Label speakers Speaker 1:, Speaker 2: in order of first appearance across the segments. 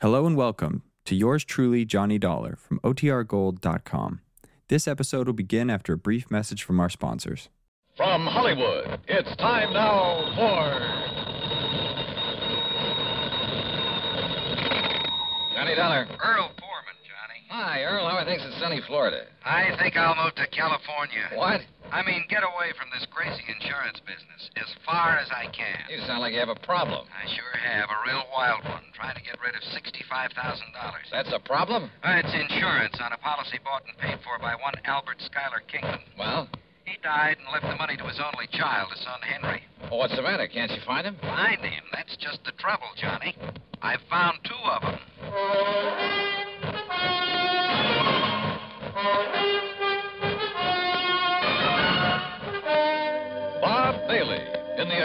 Speaker 1: Hello and welcome to yours truly, Johnny Dollar from OTRGold.com. This episode will begin after a brief message from our sponsors.
Speaker 2: From Hollywood, it's time now for. Johnny Dollar.
Speaker 3: Earl Foreman, Johnny.
Speaker 2: Hi, Earl. How are things in sunny Florida?
Speaker 3: I think I'll move to California.
Speaker 2: What?
Speaker 3: I mean, get away from this crazy insurance business as far as I
Speaker 2: You
Speaker 3: can.
Speaker 2: sound like you have a problem.
Speaker 3: I sure have a real wild one, trying to get rid of $65,000.
Speaker 2: That's a problem?
Speaker 3: Uh, it's insurance on a policy bought and paid for by one Albert Schuyler Kingdom.
Speaker 2: Well,
Speaker 3: He died and left the money to his only child, his son Henry.
Speaker 2: what's the matter? Can't you find him?
Speaker 3: Find him. That's just the trouble, Johnny. I've found two of them.
Speaker 2: Bob Bailey in the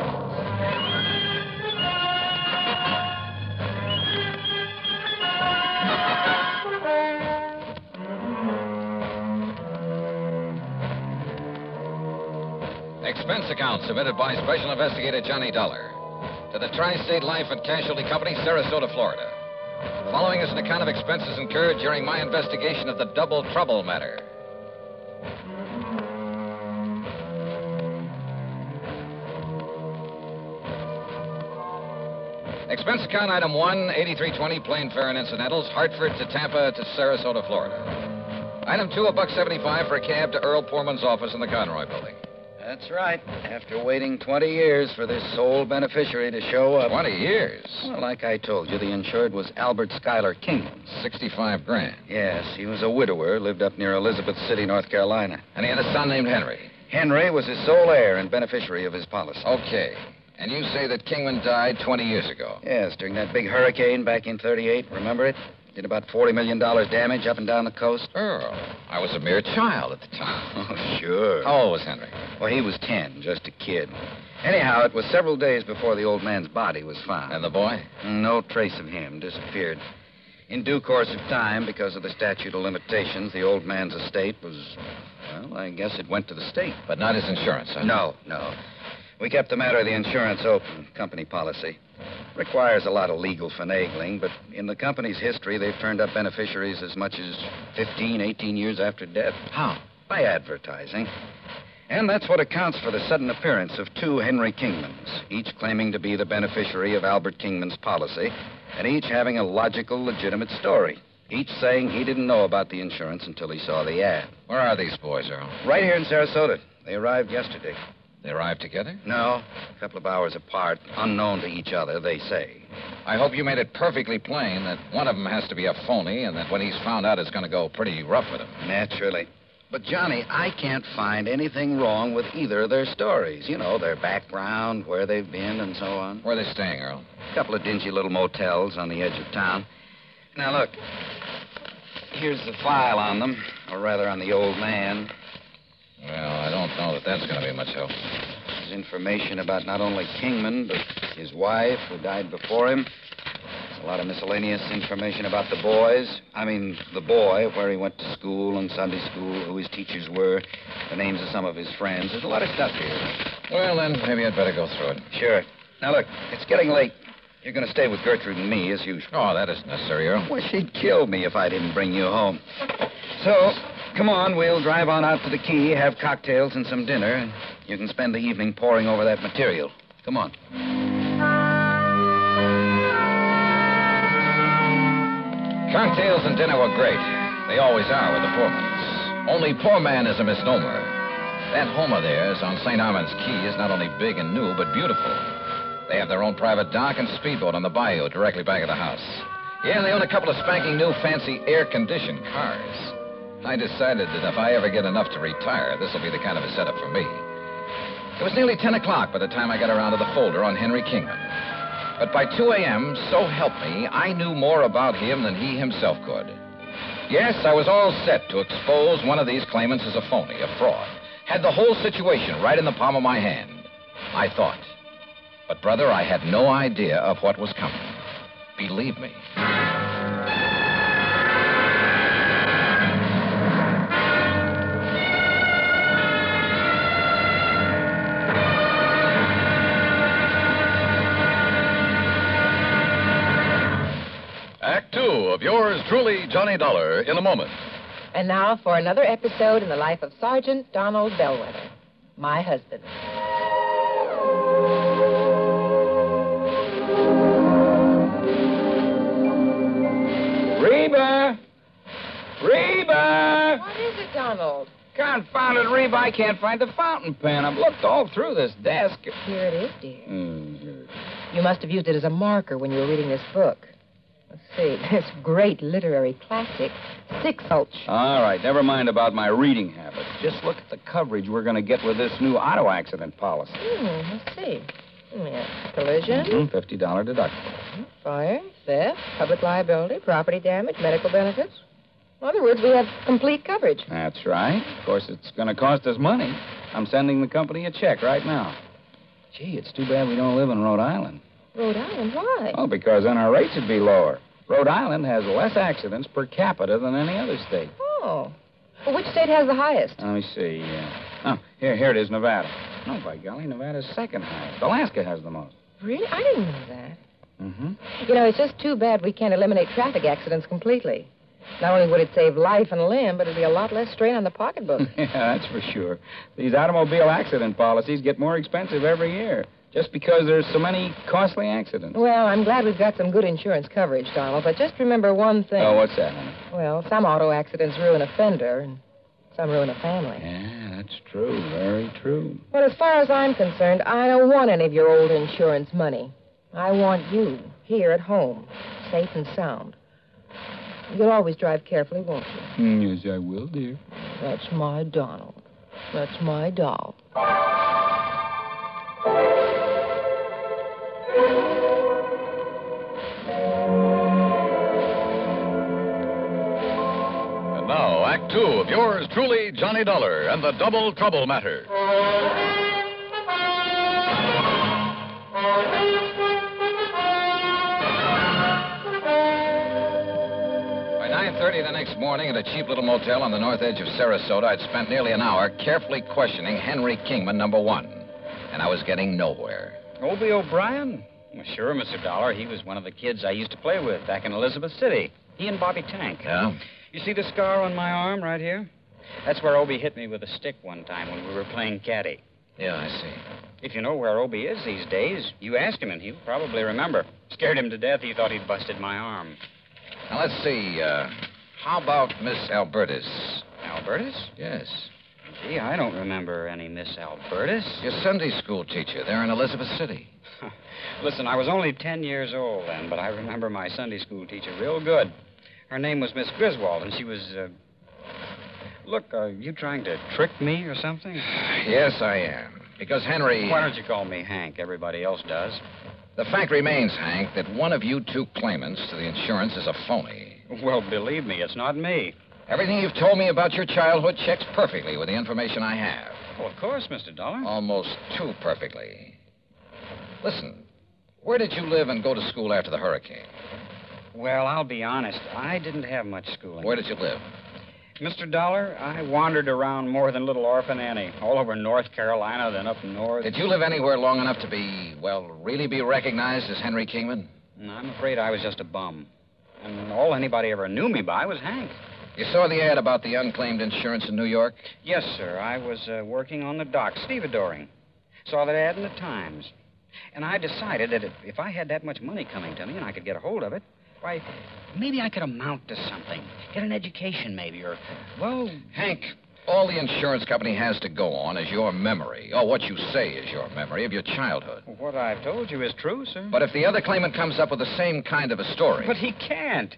Speaker 2: Expense account submitted by Special Investigator Johnny Dollar to the Tri State Life and Casualty Company, Sarasota, Florida. Following is an account of expenses incurred during my investigation of the Double Trouble matter. Expense account item 1, 8320, plane fare and incidentals, Hartford to Tampa to Sarasota, Florida. Item 2, a buck 75 for a cab to Earl Poorman's office in the Conroy building.
Speaker 3: That's right. After waiting 20 years for this sole beneficiary to show up.
Speaker 2: 20 years.
Speaker 3: Well, like I told you, the insured was Albert Schuyler Kingdom.
Speaker 2: 65 grand.
Speaker 3: Yes, he was a widower, lived up near Elizabeth City, North Carolina.
Speaker 2: And he had a son named Henry.
Speaker 3: Henry was his sole heir and beneficiary of his policy.
Speaker 2: Okay. And you say that Kingman died 20 years ago.
Speaker 3: Yes, during that big hurricane back in 38, remember it? Did about $40 million damage up and down the coast.
Speaker 2: Earl. I was a mere child at the time.
Speaker 3: Oh, sure.
Speaker 2: How old was Henry?
Speaker 3: Well, he was 10, just a kid. Anyhow, it was several days before the old man's body was found.
Speaker 2: And the boy?
Speaker 3: No trace of him. Disappeared. In due course of time, because of the statute of limitations, the old man's estate was. Well, I guess it went to the state.
Speaker 2: But not his insurance, huh?
Speaker 3: No, no. We kept the matter of the insurance open, company policy. Requires a lot of legal finagling, but in the company's history, they've turned up beneficiaries as much as 15, 18 years after death
Speaker 2: How?
Speaker 3: by advertising. And that's what accounts for the sudden appearance of two Henry Kingmans, each claiming to be the beneficiary of Albert Kingman's policy, and each having a logical, legitimate story. Each saying he didn't know about the insurance until he saw the ad.
Speaker 2: Where are these boys, Earl?
Speaker 3: Right here in Sarasota. They arrived yesterday.
Speaker 2: They arrived together?
Speaker 3: No, a couple of hours apart, unknown to each other, they say.
Speaker 2: I hope you made it perfectly plain that one of them has to be a phony and that when he's found out, it's going to go pretty rough with him.
Speaker 3: Naturally. But, Johnny, I can't find anything wrong with either of their stories. You know, their background, where they've been, and so on.
Speaker 2: Where are they staying, Earl?
Speaker 3: couple of dingy little motels on the edge of town. Now, look. Here's the file on them, or rather on the old man.
Speaker 2: Well, I don't know that that's going to be much help.
Speaker 3: There's information about not only Kingman, but his wife, who died before him. There's a lot of miscellaneous information about the boys. I mean, the boy, where he went to school and Sunday school, who his teachers were, the names of some of his friends. There's a lot of stuff here.
Speaker 2: Well, then, maybe I'd better go through it.
Speaker 3: Sure. Now, look, it's getting late. You're going to stay with Gertrude and me, as usual.
Speaker 2: Oh, that isn't necessary, Earl.
Speaker 3: Well, she'd kill me if I didn't bring you home. So, come on, we'll drive on out to the quay, have cocktails and some dinner, and you can spend the evening poring over that material. Come on.
Speaker 2: Cocktails and dinner were great. They always are with the Poormans. Only poor man is a misnomer. That home of theirs on St. Armand's Key is not only big and new, but beautiful. They have their own private dock and speedboat on the bayou directly back of the house. Yeah, and they own a couple of spanking new fancy air-conditioned cars. I decided that if I ever get enough to retire, this will be the kind of a setup for me. It was nearly 10 o'clock by the time I got around to the folder on Henry Kingman. But by 2 a.m., so help me, I knew more about him than he himself could. Yes, I was all set to expose one of these claimants as a phony, a fraud. Had the whole situation right in the palm of my hand. I thought. But, brother, I had no idea of what was coming. Believe me. Act two of yours truly, Johnny Dollar, in a moment.
Speaker 4: And now for another episode in the life of Sergeant Donald Bellwether, my husband.
Speaker 5: Reba! Reba!
Speaker 4: What is it, Donald?
Speaker 5: Confounded Reba, I can't find the fountain pen. I've looked all through this desk.
Speaker 4: Here it is, dear.
Speaker 5: Mm,
Speaker 4: You must have used it as a marker when you were reading this book. Let's see, this great literary classic, Six Ulch.
Speaker 5: All right, never mind about my reading habits. Just look at the coverage we're going to get with this new auto accident policy.
Speaker 4: Hmm, let's see. Yeah. Collision,
Speaker 5: $50 deductible.
Speaker 4: fire, theft, public liability, property damage, medical benefits. In other words, we have complete coverage.
Speaker 5: That's right. Of course, it's going to cost us money. I'm sending the company a check right now. Gee, it's too bad we don't live in Rhode Island.
Speaker 4: Rhode Island, why?
Speaker 5: Oh, because then our rates would be lower. Rhode Island has less accidents per capita than any other state.
Speaker 4: Oh. Well, which state has the highest?
Speaker 5: Let me see. Uh, oh, here, here it is, Nevada. No, by golly, Nevada's second highest. Alaska has the most.
Speaker 4: Really? I didn't know that.
Speaker 5: Mm-hmm.
Speaker 4: You know, it's just too bad we can't eliminate traffic accidents completely. Not only would it save life and limb, but it'd be a lot less strain on the pocketbook.
Speaker 5: yeah, that's for sure. These automobile accident policies get more expensive every year just because there's so many costly accidents.
Speaker 4: well, I'm glad we've got some good insurance coverage, Donald, but just remember one thing.
Speaker 5: Oh, what's that, honey?
Speaker 4: Well, some auto accidents ruin a fender, and some ruin a family.
Speaker 5: Yeah, that's true. Very true.
Speaker 4: But as far as I'm concerned, I don't want any of your old insurance money. I want you here at home, safe and sound. You'll always drive carefully, won't you?
Speaker 5: yes, I will, dear.
Speaker 4: That's my Donald. That's my doll.
Speaker 2: And now, Act Two of yours truly, Johnny Dollar and the Double Trouble Matter. By 9.30 the next morning at a cheap little motel on the north edge of Sarasota, I'd spent nearly an hour carefully questioning Henry Kingman, number one. And I was getting nowhere.
Speaker 5: Obie O'Brien? Well, sure, Mr. Dollar. He was one of the kids I used to play with back in Elizabeth City. He and Bobby Tank.
Speaker 2: Yeah?
Speaker 3: You see the scar on my arm right here? That's where Obie hit me with a stick one time when we were playing caddy.
Speaker 2: Yeah, I see.
Speaker 3: If you know where Obie is these days, you ask him and he'll probably remember. Scared him to death. He thought he'd busted my arm.
Speaker 2: Now, let's see. Uh, how about Miss Albertus?
Speaker 3: Albertus?
Speaker 2: Yes.
Speaker 3: Gee, I don't remember any Miss Albertus.
Speaker 2: Your Sunday school teacher there in Elizabeth City.
Speaker 3: Listen, I was only 10 years old then, but I remember my Sunday school teacher real good. Her name was Miss Griswold, and she was. Uh... Look, are you trying to trick me or something?
Speaker 2: Yes, I am. Because, Henry,
Speaker 3: Why don't you call me Hank? Everybody else does.
Speaker 2: the fact remains, Hank, that one of you two claimants to the insurance is a phony.
Speaker 3: Well, believe me, it's not me.
Speaker 2: Everything you've told me about your childhood checks perfectly with the information I have.
Speaker 3: Well, Oh, of course, Mr. Dollar.
Speaker 2: Almost too perfectly. Listen, where did you live and go to school after the hurricane?
Speaker 3: Well, I'll be honest. I didn't have much schooling.
Speaker 2: Where did you live?
Speaker 3: Mr. Dollar, I wandered around more than little orphan Annie, all over North Carolina, then up north.
Speaker 2: Did you live anywhere long enough to be, well, really be recognized as Henry Kingman?
Speaker 3: And I'm afraid I was just a bum. And all anybody ever knew me by was Hank.
Speaker 2: You saw the ad about the unclaimed insurance in New York?
Speaker 3: Yes, sir. I was uh, working on the dock, stevedoring. Saw that ad in the Times. And I decided that if, if I had that much money coming to me and I could get a hold of it, why, maybe I could amount to something. Get an education, maybe, or, well,
Speaker 2: Hank, all the insurance company has to go on is your memory, or what you say is your memory of your childhood.
Speaker 3: What I've told you is true, sir.
Speaker 2: But if the other claimant comes up with the same kind of a story,
Speaker 3: But he can't.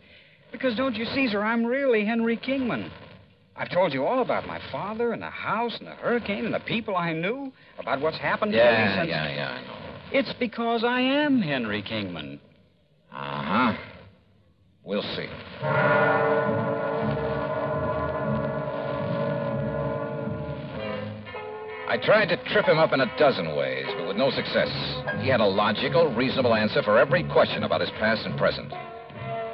Speaker 3: Because don't you see, sir, I'm really Henry Kingman. I've told you all about my father and the house and the hurricane and the people I knew, about what's happened
Speaker 2: yeah,
Speaker 3: to me since.
Speaker 2: yeah, yeah, I know.
Speaker 3: It's because I am Henry Kingman.
Speaker 2: Uh huh. We'll see. I tried to trip him up in a dozen ways, but with no success. He had a logical, reasonable answer for every question about his past and present.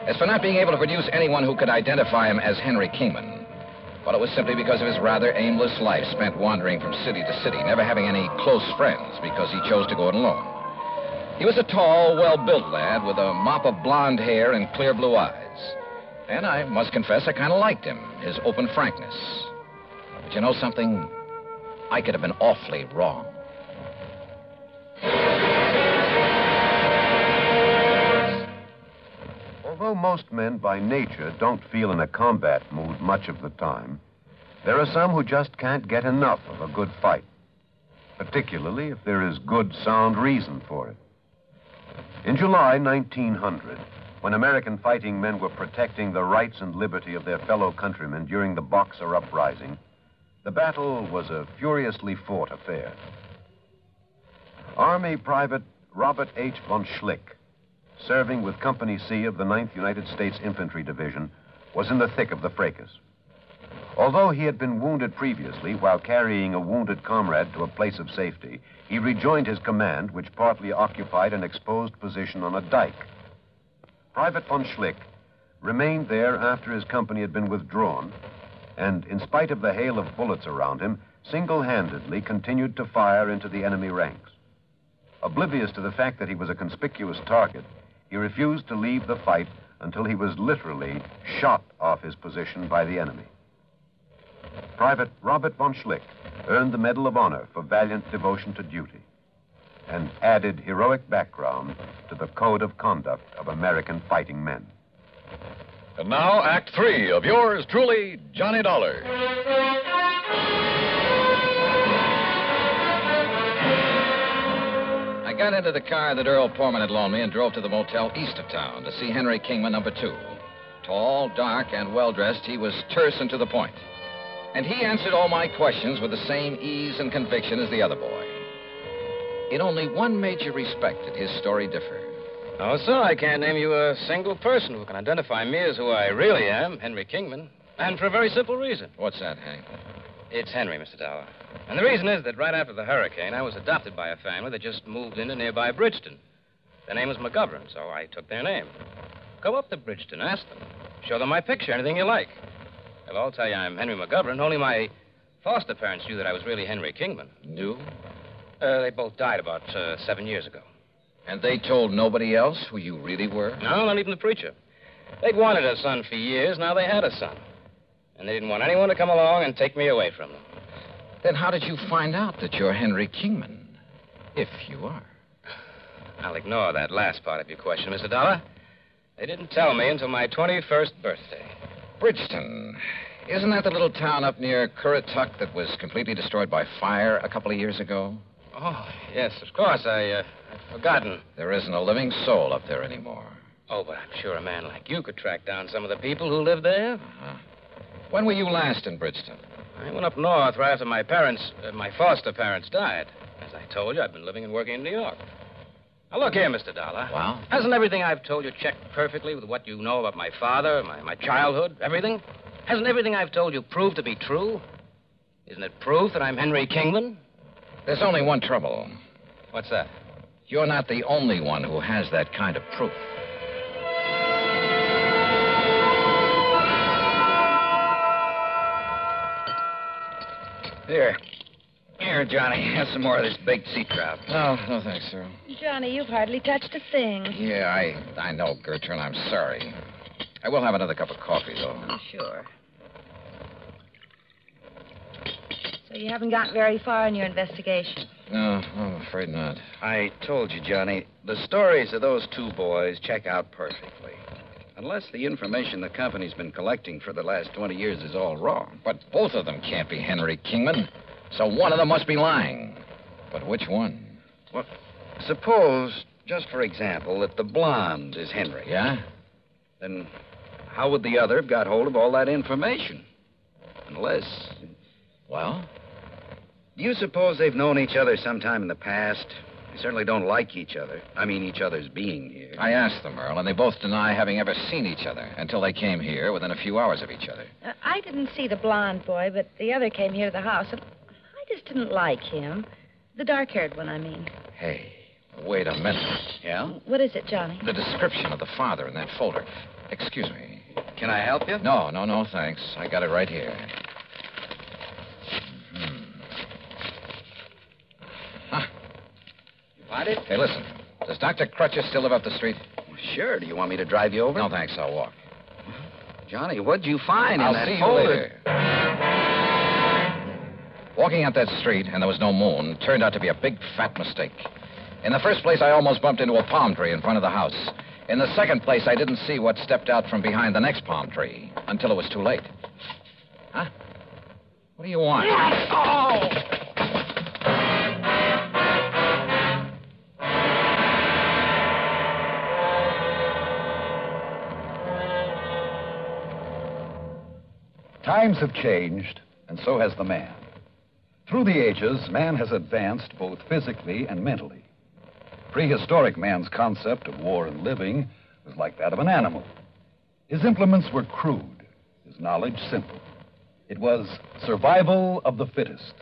Speaker 2: As for not being able to produce anyone who could identify him as Henry Kingman, well, it was simply because of his rather aimless life spent wandering from city to city, never having any close friends because he chose to go it alone. He was a tall, well built lad with a mop of blonde hair and clear blue eyes. And I must confess, I kind of liked him, his open frankness. But you know something? I could have been awfully wrong.
Speaker 6: Although most men by nature don't feel in a combat mood much of the time, there are some who just can't get enough of a good fight, particularly if there is good, sound reason for it. In July 1900, when American fighting men were protecting the rights and liberty of their fellow countrymen during the Boxer Uprising, the battle was a furiously fought affair. Army Private Robert H. von Schlick, serving with Company C of the 9th United States Infantry Division, was in the thick of the fracas. Although he had been wounded previously while carrying a wounded comrade to a place of safety, he rejoined his command, which partly occupied an exposed position on a dike. Private von Schlick remained there after his company had been withdrawn, and in spite of the hail of bullets around him, single handedly continued to fire into the enemy ranks. Oblivious to the fact that he was a conspicuous target, he refused to leave the fight until he was literally shot off his position by the enemy. Private Robert von Schlick earned the Medal of Honor for valiant devotion to duty and added heroic background to the code of conduct of American fighting men.
Speaker 7: And now, Act Three of yours truly, Johnny Dollar.
Speaker 2: I got into the car that Earl Foreman had loaned me and drove to the motel east of town to see Henry Kingman number two. Tall, dark, and well dressed, he was terse and to the point. And he answered all my questions with the same ease and conviction as the other boy. In only one major respect did his story differ.
Speaker 3: No, Oh, sir, I can't name you a single person who can identify me as who I really am, Henry Kingman. And for a very simple reason.
Speaker 2: What's that, Hank?
Speaker 3: It's Henry, Mr. Dollar. And the reason is that right after the hurricane, I was adopted by a family that just moved into nearby Bridgeton. Their name was McGovern, so I took their name. Go up to Bridgeton, ask them. Show them my picture, anything you like. They'll all tell you I'm Henry McGovern. Only my foster parents knew that I was really Henry Kingman.
Speaker 2: Knew?
Speaker 3: Uh, they both died about uh, seven years ago.
Speaker 2: And they told nobody else who you really were?
Speaker 3: No, not even the preacher. They'd wanted a son for years. Now they had a son. And they didn't want anyone to come along and take me away from them.
Speaker 2: Then how did you find out that you're Henry Kingman? If you are.
Speaker 3: I'll ignore that last part of your question, Mr. Dollar. They didn't tell me until my 21st birthday.
Speaker 2: Bridgeton. Isn't that the little town up near Currituck that was completely destroyed by fire a couple of years ago?
Speaker 3: Oh, yes, of course. I, uh, I'd forgotten.
Speaker 2: There isn't a living soul up there anymore.
Speaker 3: Oh, but I'm sure a man like you could track down some of the people who live there.
Speaker 2: Uh-huh. When were you last in Bridgeton?
Speaker 3: I went up north right after my parents, uh, my foster parents, died. As I told you, I've been living and working in New York. Now, look here, Mr. Dollar.
Speaker 2: Well?
Speaker 3: Hasn't everything I've told you checked perfectly with what you know about my father, my, my childhood, everything? Hasn't everything I've told you proved to be true? Isn't it proof that I'm Henry Kingman?
Speaker 2: There's only one trouble.
Speaker 3: What's that?
Speaker 2: You're not the only one who has that kind of proof.
Speaker 8: Here. Here, Johnny. Have some more of this baked sea trout.
Speaker 2: No, Oh, no thanks, Cyril.
Speaker 9: Johnny, you've hardly touched a thing.
Speaker 2: Yeah, I, I know, Gertrude. I'm sorry. I will have another cup of coffee, though.
Speaker 9: Sure. So you haven't gotten very far in your investigation.
Speaker 2: No, I'm afraid not.
Speaker 8: I told you, Johnny, the stories of those two boys check out perfectly. Unless the information the company's been collecting for the last 20 years is all wrong.
Speaker 2: But both of them can't be Henry Kingman. So one of them must be lying. But which one?
Speaker 8: Suppose, just for example, that the blonde is Henry.
Speaker 2: Yeah?
Speaker 8: Then how would the other have got hold of all that information? Unless.
Speaker 2: Well?
Speaker 8: Do you suppose they've known each other sometime in the past? They certainly don't like each other. I mean, each other's being here.
Speaker 2: I asked them, Earl, and they both deny having ever seen each other until they came here within a few hours of each other.
Speaker 9: Uh, I didn't see the blonde boy, but the other came here to the house, and I just didn't like him. The dark haired one, I mean.
Speaker 2: Hey, wait a minute.
Speaker 10: Yeah?
Speaker 9: What is it, Johnny?
Speaker 2: The description of the father in that folder. Excuse me. Can I help you? No, no, no, thanks. I got it right here.
Speaker 11: What it?
Speaker 2: Hey, listen. Does Dr. Crutcher still live up the street? Sure. Do you want me to drive you over? No, thanks. I'll walk.
Speaker 3: Johnny, what'd you find
Speaker 2: I'll
Speaker 3: in that
Speaker 2: see you
Speaker 3: folder?
Speaker 2: later. Walking out that street, and there was no moon, turned out to be a big, fat mistake. In the first place, I almost bumped into a palm tree in front of the house. In the second place, I didn't see what stepped out from behind the next palm tree until it was too late. Huh? What do you want?
Speaker 12: Times have changed, and so has the man. Through the ages, man has advanced both physically and mentally. Prehistoric man's concept of war and living was like that of an animal. His implements were crude, his knowledge simple. It was survival of the fittest.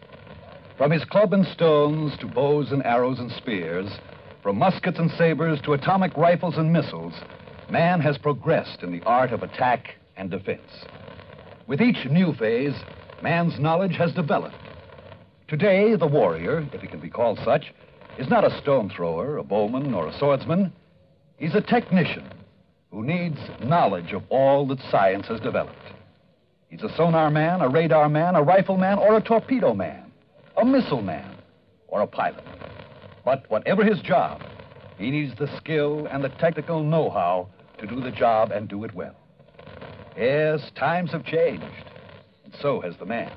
Speaker 12: From his club and stones to bows and arrows and spears, from muskets and sabers to atomic rifles and missiles, man has progressed in the art of attack and defense. With each new phase, man's knowledge has developed. Today, the warrior, if he can be called such, is not a stone thrower, a bowman, or a swordsman. He's a technician who needs knowledge of all that science has developed. He's a sonar man, a radar man, a rifle man, or a torpedo man, a missile man, or a pilot. But whatever his job, he needs the skill and the technical know how to do the job and do it well. Yes, times have changed. And so has the man.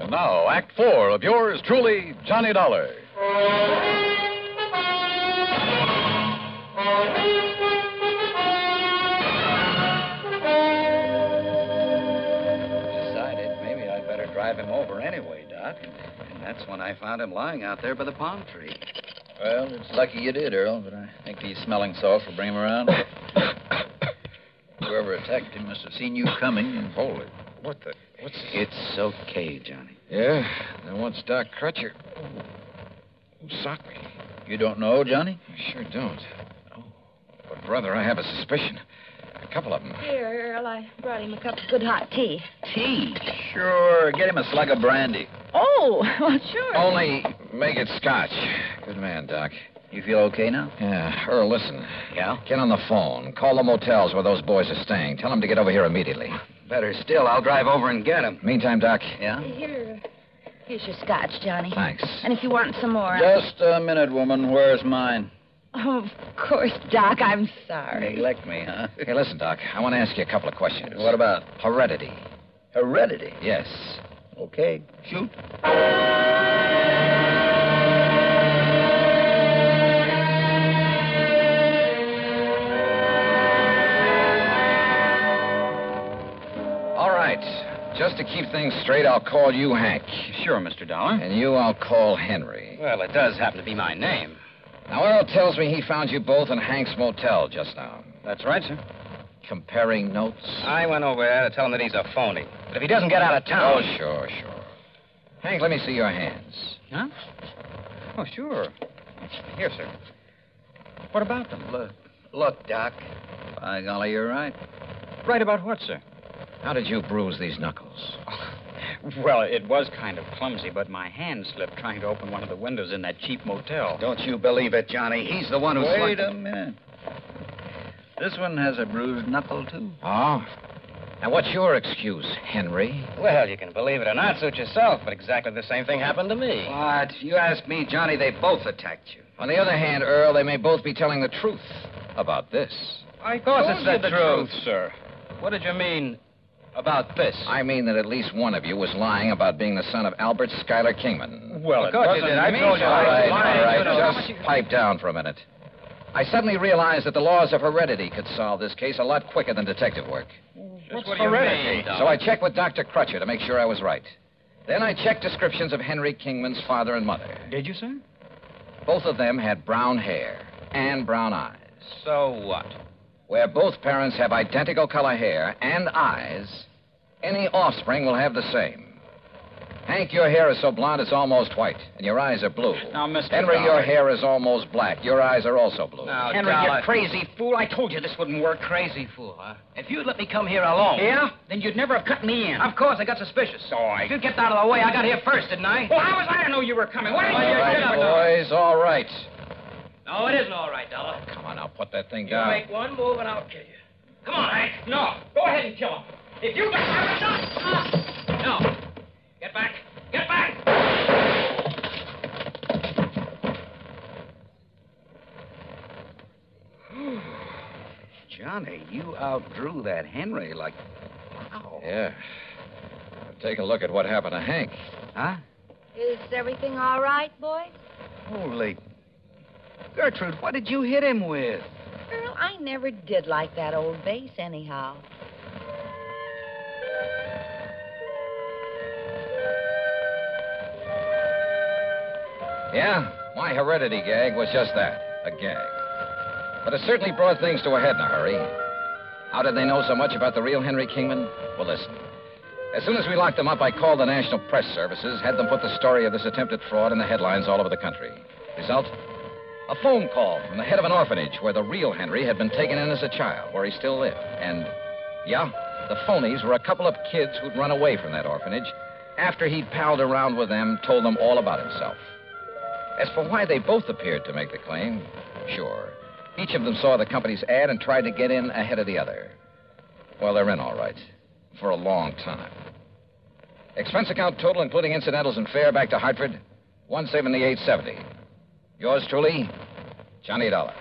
Speaker 13: And now, Act Four of yours truly, Johnny Dollar.
Speaker 3: Decided maybe I'd better drive him over anyway, Doc. And, and that's when I found him lying out there by the palm tree.
Speaker 14: Well, it's lucky you did, Earl, but I think these smelling salts will bring him around. Whoever attacked him must have seen you coming and. Hold it. What the? What's.
Speaker 3: It's okay, Johnny.
Speaker 14: Yeah, then what's Doc Crutcher? Who socked me? You don't know, Johnny?
Speaker 2: I sure don't. Oh, but brother, I have a suspicion. A couple of them.
Speaker 9: Here, Earl, I brought him a cup of good hot tea.
Speaker 14: Tea? Sure, get him a slug of brandy.
Speaker 9: Oh, well, sure.
Speaker 2: Only make it scotch. Good man, Doc.
Speaker 14: You feel okay now?
Speaker 2: Yeah. Earl, listen. Yeah? Get on the phone. Call the motels where those boys are staying. Tell them to get over here immediately.
Speaker 3: Better still, I'll drive over and get him.
Speaker 2: Meantime, Doc.
Speaker 14: Yeah?
Speaker 9: Here. Here's your scotch, Johnny.
Speaker 2: Thanks.
Speaker 9: And if you want some more. I'll-
Speaker 14: Just a minute, woman. Where's mine?
Speaker 9: Oh, of course, Doc. I'm sorry.
Speaker 14: Neglect me, huh?
Speaker 2: Hey, listen, Doc. I want to ask you a couple of questions.
Speaker 14: What about?
Speaker 2: Heredity.
Speaker 14: Heredity?
Speaker 2: Yes.
Speaker 14: Okay, shoot.
Speaker 2: All right. Just to keep things straight, I'll call you Hank.
Speaker 10: Sure, Mr. Dollar.
Speaker 2: And you, I'll call Henry.
Speaker 10: Well, it does happen to be my name.
Speaker 2: Now, Earl tells me he found you both in Hank's motel just now.
Speaker 10: That's right, sir.
Speaker 2: Comparing notes.
Speaker 10: I went over there to tell him that he's a phony. But if he doesn't get out of town.
Speaker 2: Oh, sure, sure. Hank, let me see your hands.
Speaker 10: Huh? Oh, sure. Here, sir. What about them?
Speaker 14: Look, look, Doc. By golly, you're right.
Speaker 10: Right about what, sir?
Speaker 2: How did you bruise these knuckles?
Speaker 11: Well, it was kind of clumsy, but my hand slipped trying to open one of the windows in that cheap motel.
Speaker 3: Don't you believe it, Johnny. He's the one who
Speaker 14: Wait
Speaker 3: slugged
Speaker 14: a
Speaker 3: him.
Speaker 14: minute. This one has a bruised knuckle, too.
Speaker 2: Oh? Now, what's your excuse, Henry?
Speaker 10: Well, you can believe it or not, suit yourself, but exactly the same thing happened to me.
Speaker 3: What? You asked me, Johnny. They both attacked you.
Speaker 2: On the other hand, Earl, they may both be telling the truth about this.
Speaker 10: I of course
Speaker 2: told
Speaker 10: it's
Speaker 2: you
Speaker 10: the,
Speaker 2: the
Speaker 10: truth,
Speaker 2: truth.
Speaker 10: sir. What did you mean about this?
Speaker 2: I mean that at least one of you was lying about being the son of Albert Schuyler Kingman.
Speaker 10: Well, of course you did. I told you
Speaker 2: All
Speaker 10: I was
Speaker 2: right,
Speaker 10: lying.
Speaker 2: all
Speaker 10: You know, how
Speaker 2: right.
Speaker 10: much you-
Speaker 2: Just pipe down for a minute. I suddenly realized that the laws of heredity could solve this case a lot quicker than detective work.
Speaker 10: What's what do you mean?
Speaker 2: So I checked with Dr. Crutcher to make sure I was right. Then I checked descriptions of Henry Kingman's father and mother.
Speaker 10: Did you, sir?
Speaker 2: Both of them had brown hair and brown eyes.
Speaker 10: So what?
Speaker 2: Where both parents have identical color hair and eyes, any offspring will have the same. Hank, your hair is so blond it's almost white, and your eyes are blue.
Speaker 15: Now, Mr.
Speaker 2: Henry, your
Speaker 15: Dollar.
Speaker 2: hair is almost black. Your eyes are also blue.
Speaker 3: Now,
Speaker 15: Henry,
Speaker 3: Dollar.
Speaker 15: you crazy fool. I told you this wouldn't work.
Speaker 3: Crazy fool, huh? If you'd let me come here alone.
Speaker 15: Yeah? Then you'd never have cut me in.
Speaker 3: Of course, I got suspicious.
Speaker 15: Oh, I...
Speaker 3: You get out of the way. I got here first, didn't I?
Speaker 15: Well, how was I to know you were coming? Why
Speaker 2: All
Speaker 15: didn't you get up?
Speaker 2: right, boys, all right.
Speaker 3: No, it isn't all right, Dollar.
Speaker 2: Come on now, put that thing
Speaker 3: You
Speaker 2: down.
Speaker 3: make one move and I'll kill you. Come on, Hank.
Speaker 15: No, go ahead and kill him. If you...
Speaker 3: No. Get back. Get back.
Speaker 15: Johnny, you outdrew that Henry like... Wow.
Speaker 2: Yeah. Take a look at what happened to Hank.
Speaker 15: Huh?
Speaker 9: Is everything all right, boys?
Speaker 15: Holy... Gertrude, what did you hit him with?
Speaker 9: Earl, I never did like that old vase, anyhow.
Speaker 2: Yeah, my heredity gag was just that a gag. But it certainly brought things to a head in a hurry. How did they know so much about the real Henry Kingman? Well, listen. As soon as we locked them up, I called the National Press Services, had them put the story of this attempted fraud in the headlines all over the country. Result? A phone call from the head of an orphanage where the real Henry had been taken in as a child, where he still lived. And, yeah, the phonies were a couple of kids who'd run away from that orphanage after he'd palled around with them, told them all about himself. As for why they both appeared to make the claim, sure. Each of them saw the company's ad and tried to get in ahead of the other. Well, they're in all right. For a long time. Expense account total, including incidentals and fare back to Hartford, 17870. Yours truly, Johnny Dollar.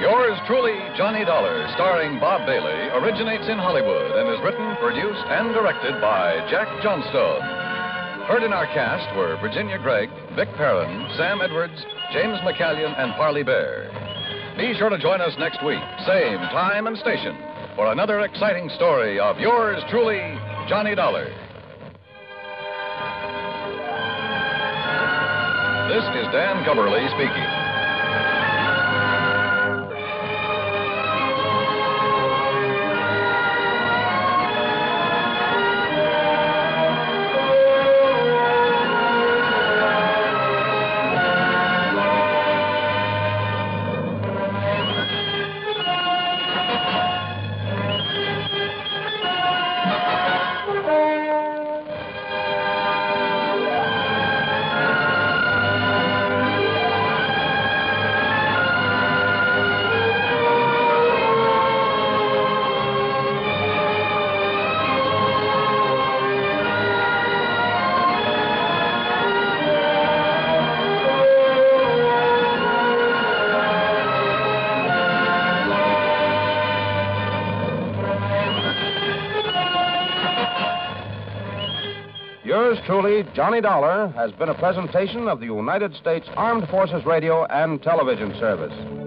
Speaker 16: Yours truly, Johnny Dollar, starring Bob Bailey, originates in Hollywood and is written, produced, and directed by Jack Johnstone. Heard in our cast were Virginia Gregg, Vic Perrin, Sam Edwards, James McCallion, and Parley Bear. Be sure to join us next week, same time and station, for another exciting story of yours truly, Johnny Dollar. This is Dan Gubberly speaking.
Speaker 17: Yours truly, Johnny Dollar, has been a presentation of the United States Armed Forces Radio and Television Service.